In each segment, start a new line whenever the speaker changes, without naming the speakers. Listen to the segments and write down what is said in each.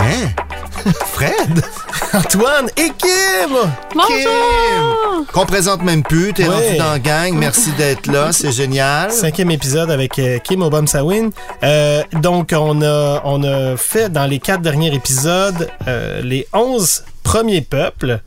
Hein? malade! Antoine et Kim!
Bonjour!
Qu'on présente même plus, t'es
Ouais.
rendu dans la gang, merci d'être là, c'est génial.
Cinquième épisode avec euh, Kim Obama-Sawin. Euh, donc, on a, on a fait dans les quatre derniers épisodes euh, les onze premiers peuples.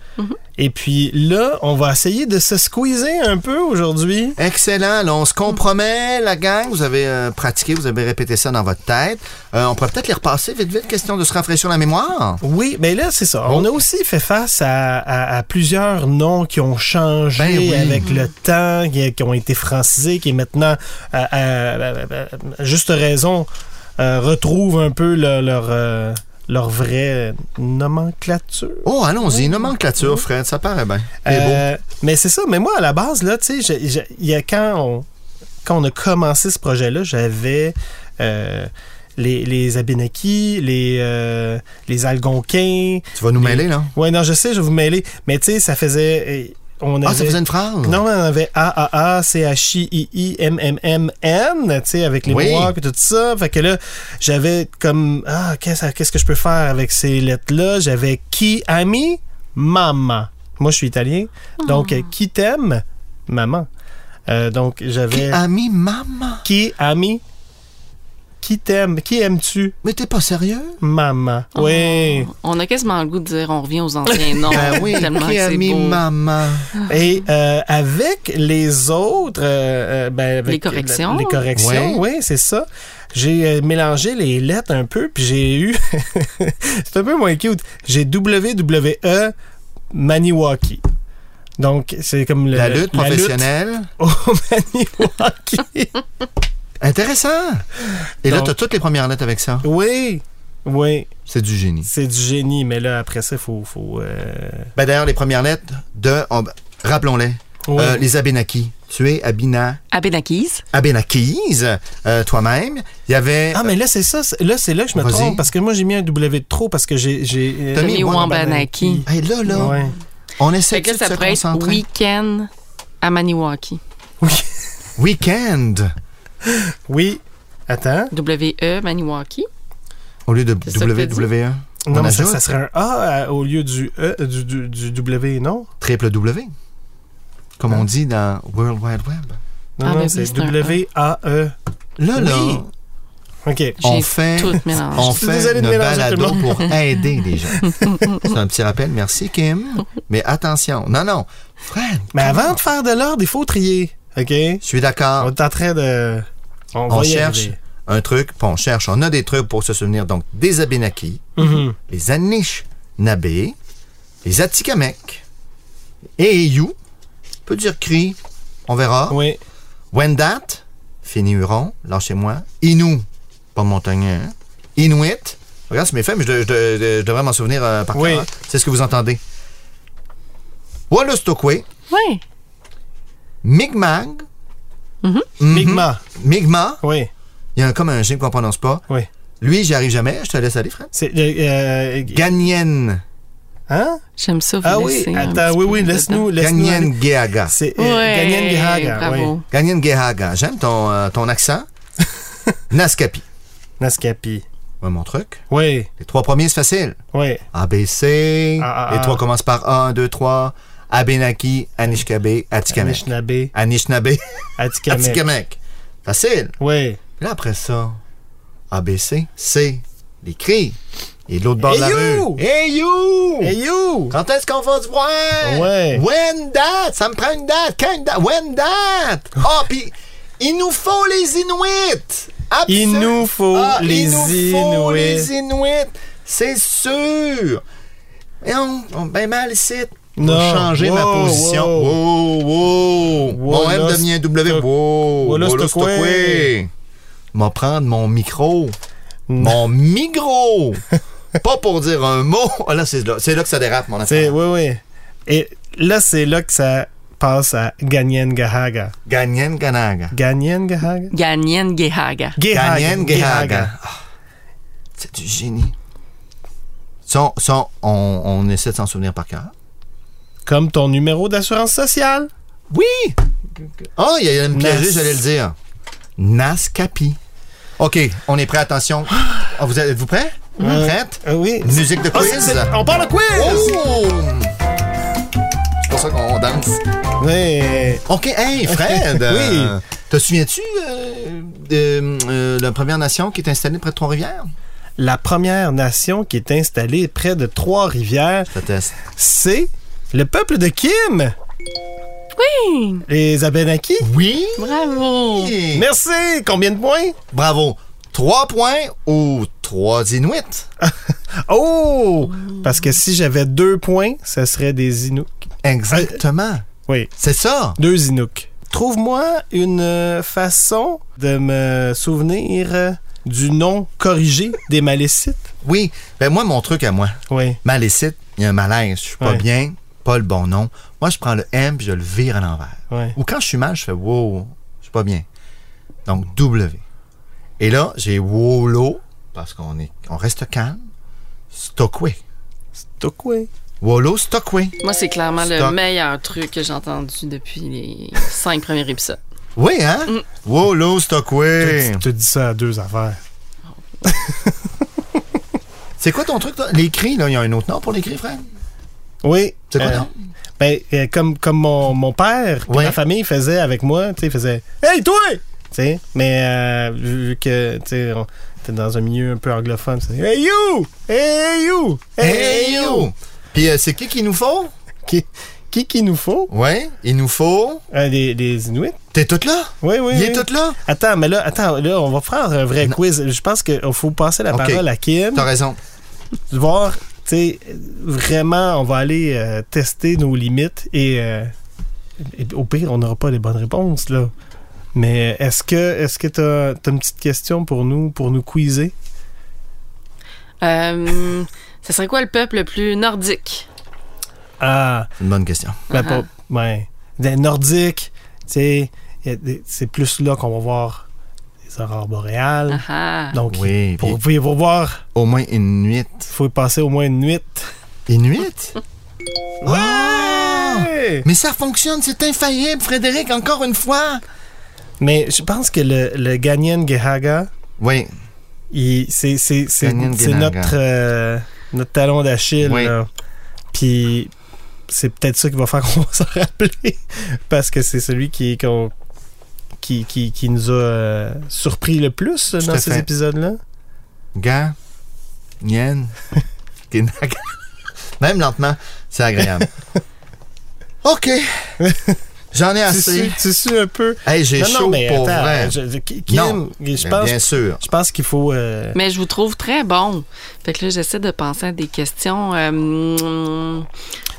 Et puis là, on va essayer de se squeezer un peu aujourd'hui.
Excellent, là, on se compromet, la gang, vous avez euh, pratiqué, vous avez répété ça dans votre tête. Euh, on pourrait peut-être les repasser vite, vite, question de se rafraîchir la mémoire.
Oui, mais là, c'est ça. On
Oh.
a aussi fait face à, à- à plusieurs noms qui ont changé
Ben oui.
avec le temps, qui, qui ont été francisés, qui maintenant, à, à- à- à juste raison, euh, retrouvent un peu le- leur, euh, leur vraie nomenclature.
Oh, allons-y, nomenclature, Fred, ça paraît bien. C'est beau.
Euh, mais c'est ça. Mais moi, à la base, là, tu sais, j'ai- j'ai- il y a quand on, quand on a commencé ce projet-là, j'avais euh, les, les Abenaki, les, euh, les Algonquins.
Tu vas nous mêler, là?
Ouais, non, je sais, je vais vous mêler. Mais tu sais, ça faisait. eh, On avait,
Ah, ça faisait une phrase?
Non, mais on avait A, A, A, C, H, I, I, I, M, M, M, N, tu sais, avec les
Oui.
Mohawks et tout ça. Fait que là, j'avais comme, ah, qu'est-ce qu'est-ce que je peux faire avec ces lettres-là? J'avais qui, ami, maman. Moi, je suis italien. Donc, euh, qui t'aime, maman. Euh, donc, j'avais
Ami, maman.
qui, ami, qui t'aime, qui aimes-tu,
Mais t'es pas sérieux?
maman. Oui.
On a quasiment le goût de dire on revient aux anciens noms.
Euh, Ben
Ah oui,
tellement
qui
que c'est
ami,
beau.
maman.
Et euh, avec les autres, euh, euh, ben, avec
Les corrections.
la- les corrections, oui, c'est ça. J'ai euh, mélangé les lettres un peu, puis j'ai eu, c'est un peu moins cute. J'ai WWE Maniwaki. Donc c'est comme le-
La lutte professionnelle.
au Maniwaki.
Intéressant. Et là,
Donc-
t'as toutes les premières lettres avec ça.
oui, oui,
C'est du génie.
c'est du génie, mais là après ça, faut, faut. euh,
Ben, d'ailleurs, les premières lettres de. on- Rappelons-les.
ouais.
Euh, les Abenaki. Tu es Abina,
Abenakis.
Abenakis, euh, toi-même. Il y avait.
Ah mais là c'est ça, c'est- là c'est là que je me
Vas-y.
trompe parce que moi j'ai mis un W de trop parce que j'ai j'ai. euh,
T'as mis
Tommy Wambanaki.
Hey, là, là,
Ah, Ouais.
on
Fait
essaie
que
de
là, ça
se
pourrait être
concentrer.
Weekend à Maniwaki.
Weekend
Oui. Attends.
W-E E, Maniwaki.
au lieu de E,
C'est ça que t'as dit?
WWE.
Non,
On
mais ça,
ajoute?
ça serait un A euh, au lieu du E, euh, du, du- du W, non?
Triple W. Comme
Ah.
on dit dans World Wide Web.
Non,
Ah, ben
non,
oui,
c'est
c'est un
W-A-E.
Là, là,
Oui. OK.
on
J'ai
fait,
tout mélangé.
on
Je suis
fait
désolé de
une
mélanger tout le
balado
monde.
pour aider les gens. C'est un petit rappel. Merci, Kim. Mais attention. Non, non. Fred,
Mais avant de faire de l'ordre, il faut trier. OK?
je suis
On
d'accord.
est en train de.
Ah. On,
va y
cherche
arriver.
un truc, puis on cherche. On a des trucs pour se souvenir. Donc, des Abenaki,
Mhm.
les Anishinaabe, les Atikamekw, et You. peut dire Cri. On verra.
Oui.
Wendat, fini Huron, lâchez-moi. Inou, pas montagneux. hein. Inuit, regarde, c'est mes faits, mais je, de- je de- je devrais m'en souvenir euh, par
Oui.
cœur. hein. C'est ce que vous entendez. Wolostokwe,
Oui.
Mi'kmaq, Mhm.
Migma.
Mi'kmaq,
Oui.
il y a un- comme un gym qu'on prononce pas.
Oui.
Lui, j'y arrive jamais, je te laisse aller, frère.
C'est. euh, euh,
Ganyen,
hein?
J'aime ça. Vous
Ah oui.
laisser un
Attends,
petit
oui,
peu
oui,
dedans.
laisse-nous. Laisse-nous. aller.
Ganyen Gehaga.
C'est. euh,
Ouais,
Gagnon Gehaga,
Bravo.
oui.
Ganyen Gehaga, j'aime ton, euh, ton accent. Naskapi,
Nascapi.
Ouais, mon truc.
Oui.
Les trois premiers, c'est facile.
Oui.
ABC.
Ah, ah,
les
ah.
trois commencent par 1, 2, 3. Abenaki, Anishkabe, Atikamek.
Anishinaabe,
Anishinaabe,
Atikamek.
Atikamek. Facile.
Oui.
Puis là, après ça, ABC, C, les cris. Et de l'autre bord de la
Hey
rue.
you!
Hey you!
Hey you!
Quand est-ce qu'on va se voir?
Ouais.
When that? Ça me prend une date. Quand une date? When that? Ah, puis il nous faut les Inuits! Absolu-
Il nous faut
Ah,
les
il nous faut
Inuits.
les Inuits! C'est sûr! Et on, on ben mal ici. Je vais
Non.
changer ma
Wow,
position. Wow,
wow.
wow! Mon
Voilà,
M devient un W.
c'est-
Wow!
voilà,
voilà,
c'est
c'est
quoi.
quoi. M'en prendre mon micro. Mon micro! Pas pour dire un mot. Ah, là, c'est là, c'est là que ça dérape, mon
C'est,
affaire.
oui, oui. Et là, c'est là que ça passe à Ganyen Gahaga.
Ganyen Ganaga.
Ganyen Gahaga?
Ganyen Gehaga.
Gehaga.
Ganyen Gehaga. Ah, C'est du génie. Ça, on- ça, on, on essaie de s'en souvenir par cœur.
Comme ton numéro d'assurance sociale.
Oui! Ah, il y a une piégée,
Nas-
j'allais le dire. Nascapi. OK, on est prêt, attention. Ah, vous, êtes, vous prêts?
Euh,
Prête?
euh, oui.
Musique de
Ah,
quiz?
c'est- c'est- on parle de quiz!
Oh! C'est pour ça qu'on danse.
Ouais.
OK, hey, Fred!
Oui.
euh, Te souviens-tu euh, de euh, la Première Nation qui est installée près de Trois-Rivières?
La première nation qui est installée près de Trois-Rivières,
Je te teste.
c'est le peuple de Kim,
Hum,
les Abenaki.
Oui!
Bravo!
Merci! Combien de points?
Bravo! Trois points ou trois Inuits?
Oh! Parce que si j'avais deux points, ce serait des Inuks.
Exactement.
Oui,
Euh, C'est ça.
deux Inuks. Trouve-moi une euh, façon de me souvenir euh, du nom corrigé des Malécites.
Oui. Ben moi, mon truc à moi.
Oui.
Malécite, il y a un malaise. Je suis pas
Ouais.
bien, pas le bon nom. Moi, je prends le M puis je le vire à l'envers.
Ouais.
Ou quand je suis mal, je fais wow, je suis pas bien. Donc W. Et là, j'ai Wolo, parce qu'on est on reste calme. Stockway.
Tokwe.
Wolo Stockway.
Moi, c'est clairement
Stock.
le meilleur truc que j'ai entendu depuis les cinq premiers épisodes.
Oui, hein? Wolo Stockway.
Tu te dis ça à deux affaires.
C'est quoi ton truc, toi? Les cris, là, il y a un autre nom pour les cris, frère?
Oui.
C'est quoi,
euh,
non?
ben, euh, comme, comme mon, mon père, que
Ouais.
ma famille faisait avec moi, tu sais, faisait Hey, toi! Tu sais, mais euh, vu que, tu sais, on était dans un milieu un peu anglophone, c'est Hey, you! Hey, you!
Hey, you! Puis euh, c'est qui qu'il nous faut?
Qui, qui qu'il nous faut?
Ouais, il nous faut.
Euh, les, les Inuits?
T'es toute là?
Oui, oui.
Il est
oui.
toute là?
Attends, mais là, attends, là, on va faire un vrai quiz. Je pense qu'il faut passer la
Ok.
parole à Kim.
T'as raison.
Voir, tu sais, vraiment, on va aller euh, tester nos limites et, euh, et au pire, on n'aura pas les bonnes réponses, là. Mais est-ce que est-ce que t'as as une petite question pour nous pour nous quizer?
Euh, ça serait quoi le peuple le plus nordique?
Ah,
C'est une bonne question.
ben
Ah.
pas- ouais. Des Nordiques, tu sais, y a des- c'est plus là qu'on va voir les aurores boréales.
Ah ah.
Donc,
Oui,
pour,
puis
pour voir,
au moins une nuit.
faut y passer au moins une nuit.
Inuit? Ah!
Ouais!
Mais ça fonctionne, c'est infaillible, Frédéric, encore une fois.
Mais je pense que le, le Ganyan Gehaga,
Oui,
il- c'est c'est- c'est-
Ganyan
c'est
Gehaga.
notre, euh, notre talon d'Achille.
Oui.
là. Puis c'est peut-être ça qui va faire qu'on va s'en rappeler. Parce que c'est celui qui, qu'on- qui, qui, qui nous a euh, surpris le plus euh,
Tout
dans
à
ces
fait.
épisodes-là.
gars, nien, Kinaga. Même lentement, c'est agréable. OK. J'en ai
Tu,
assez.
suis- tu suis un peu.
Hey, j'ai
non, non,
Ah, chaud
mais
pour
attends,
vrai.
je- je- Kim,
Non.
je
Mais
pense,
Bien sûr.
je pense qu'il faut. euh,
Mais je vous trouve très bon. Fait que là, j'essaie de penser à des questions. euh, hum,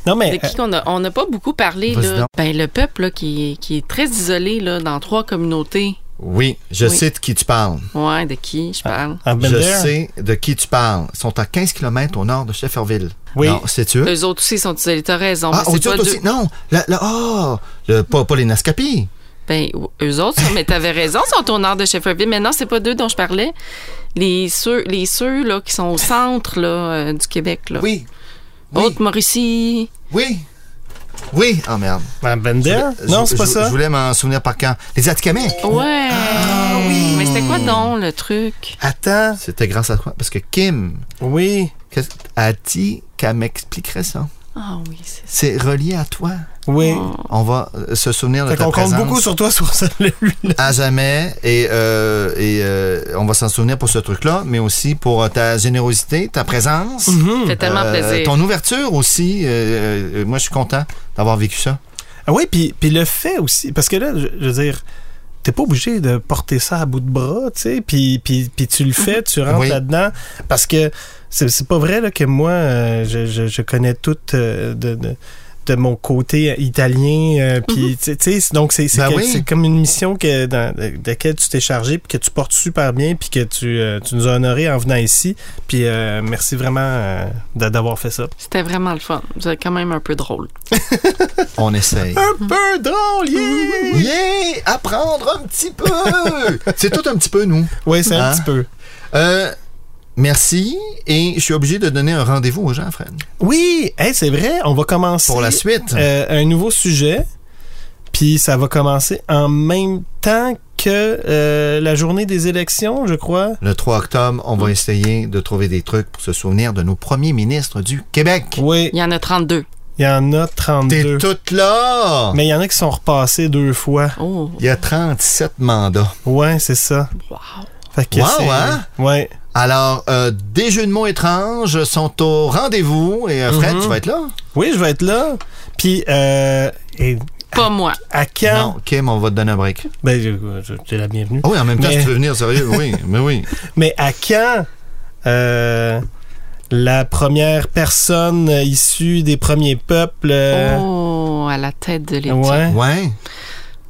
non,
de
mais. euh,
qui qu'on a. On n'a pas beaucoup parlé,
Vas-y
là.
donc.
Ben, le peuple, là, qui, est- qui est très isolé, là, dans trois communautés.
Oui, je
Oui.
sais de qui tu parles.
Ouais, de qui
Ah.
je parle?
euh, I've been
Je
there.
sais de qui tu parles. Ils sont à 15 km au nord de Shefferville.
Oui.
Non, c'est-tu eux?
Eux autres aussi sont isolés. T'as raison.
Ah,
Euh, mais c'est
autres
pas
aussi.
deux-
Non, le, le- ah, le- pas, pas les Nascapi.
Ben, ou- eux autres, sont- mais t'avais raison, sont au nord de Shefferville. Mais non, c'est pas d'eux dont je parlais. Les ceux, les ceux là, qui sont au centre là, euh, du Québec. Là.
Oui. Oui.
Haute-Mauricie.
Oui. Oui. Ah, merde.
I've been
Je
there?
voulais-
Non,
je-
c'est pas
je-
ça.
Je voulais m'en souvenir par quand. Les Atikamekw.
Ouais.
Ah, oui.
Mais c'était quoi donc le truc?
Attends.
C'était grâce à quoi? Parce que Kim,
Oui,
qu'est-ce- a dit qu'elle m'expliquerait ça.
Ah oui, c'est ça.
C'est relié à toi.
oui.
Oh.
On va euh, se souvenir de
Fait
ta
qu'on compte
présence
beaucoup sur toi sur celui-là.
à jamais et, euh, et euh, on va s'en souvenir pour ce truc-là, mais aussi pour euh, ta générosité, ta présence.
Ça fait tellement
Euh,
plaisir.
Ton ouverture aussi, euh, euh, moi je suis content d'avoir vécu ça.
Ah oui, puis, puis le fait aussi, parce que là, je, je veux dire, t'es pas obligé de porter ça à bout de bras, tu sais, puis, puis, puis tu le fais, tu rentres
Oui.
là-dedans, parce que c'est, c'est pas vrai là, que moi, euh, je, je, je connais tout euh, de, de, de mon côté italien, euh, puis tu sais- tu sais, donc c'est, c'est,
Ben
que-
oui.
c'est comme une mission que, dans, de laquelle tu t'es chargé, puis que tu portes super bien, puis que tu, euh, tu nous as honorés en venant ici, puis euh, merci vraiment euh, d'a- d'avoir fait ça.
C'était vraiment le fun. C'était quand même un peu drôle.
On essaye.
Un peu drôle, yeah!
Yeah! Apprendre un petit peu! C'est tout un petit peu, nous.
Oui, c'est un
Hein?
petit peu.
Euh, merci. Et je suis obligé de donner un rendez-vous aux gens, Fred.
Oui, hey, c'est vrai, on va commencer
Pour la suite. hein.
euh, un nouveau sujet. Puis ça va commencer en même temps que que euh, la journée des élections, je crois.
Le 3 octobre, on va essayer de trouver des trucs pour se souvenir de nos premiers ministres du Québec.
Oui,
Il y en a 32.
il y en a
T'es
32.
toute là!
Mais il y en a qui sont repassés deux fois.
Oh,
Il y a 37 mandats.
Ouais, c'est ça.
wow.
Fait que
Wow,
c'est-
hein?
Ouais.
Alors, euh, des jeux de mots étranges sont au rendez-vous. Et euh, Fred,
Mhm.
tu vas être là?
Oui, je vais être là. Puis, euh, et
Pas moi.
à quand?
Non, Kim, on va te donner un break.
Ben, je- je- t'es la bienvenue.
Ah oui, en même temps,
Mais-
si tu veux venir sérieux, oui, mais oui.
Mais à quand euh, la première personne issue des premiers peuples? euh,
Oh, à la tête de l'équipe.
ouais.
Ouais.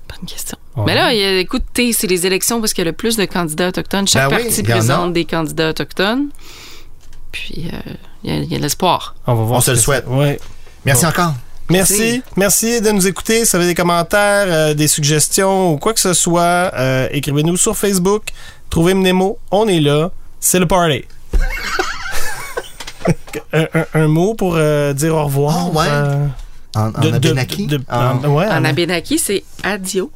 Bonne question.
Ouais.
Mais là, il y a- écoutez, c'est les élections parce qu'il y a le plus de candidats autochtones. Chaque
Ben oui,
parti
il y en a.
présente des candidats autochtones. Puis, euh, il y a- il y a, de l'espoir.
on va voir
on
ce
se
que
le souhaite.
c'est. Ouais.
Merci
Bon.
encore.
Merci. Merci de nous écouter. Si vous avez des commentaires, euh, des suggestions ou quoi que ce soit, euh, écrivez-nous sur Facebook. Trouvez Mnemo. On est là. C'est le party. un, un- un mot pour euh, dire au revoir.
Ah ouais.
euh,
En, en Ah.
de- de-
Abenaki?
de-
En-
en- ouais,
En
en-
Abénaki, c'est adio.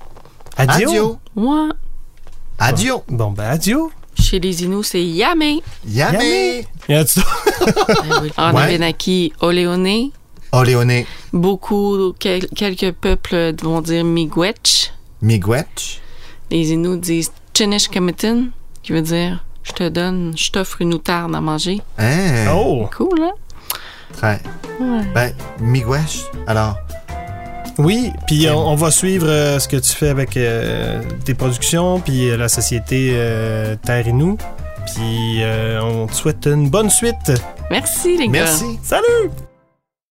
Adio.
Adio.
Moi,
Adio.
Bon, ben, adio.
chez les Inuits, c'est yamé.
Yamé.
Yamé. Y a-tu d'autres?
Ben oui. En
Ah Ouais.
Abénaki, oléoné.
Oh, Léoné.
Beaucoup, quel- quelques peuples vont dire miigwech.
Miigwech.
Les Inuits disent chenishkamitin, qui veut dire je te donne, je t'offre une outarde à manger.
Hein?
Oh!
Cool, hein?
Très. Ben, Miigwech. Alors,
Oui, puis on, on va suivre euh, ce que tu fais avec euh, tes productions, puis euh, la société euh, Terre et nous. Puis euh, on te souhaite une bonne suite.
Merci, les gars.
merci.
Salut!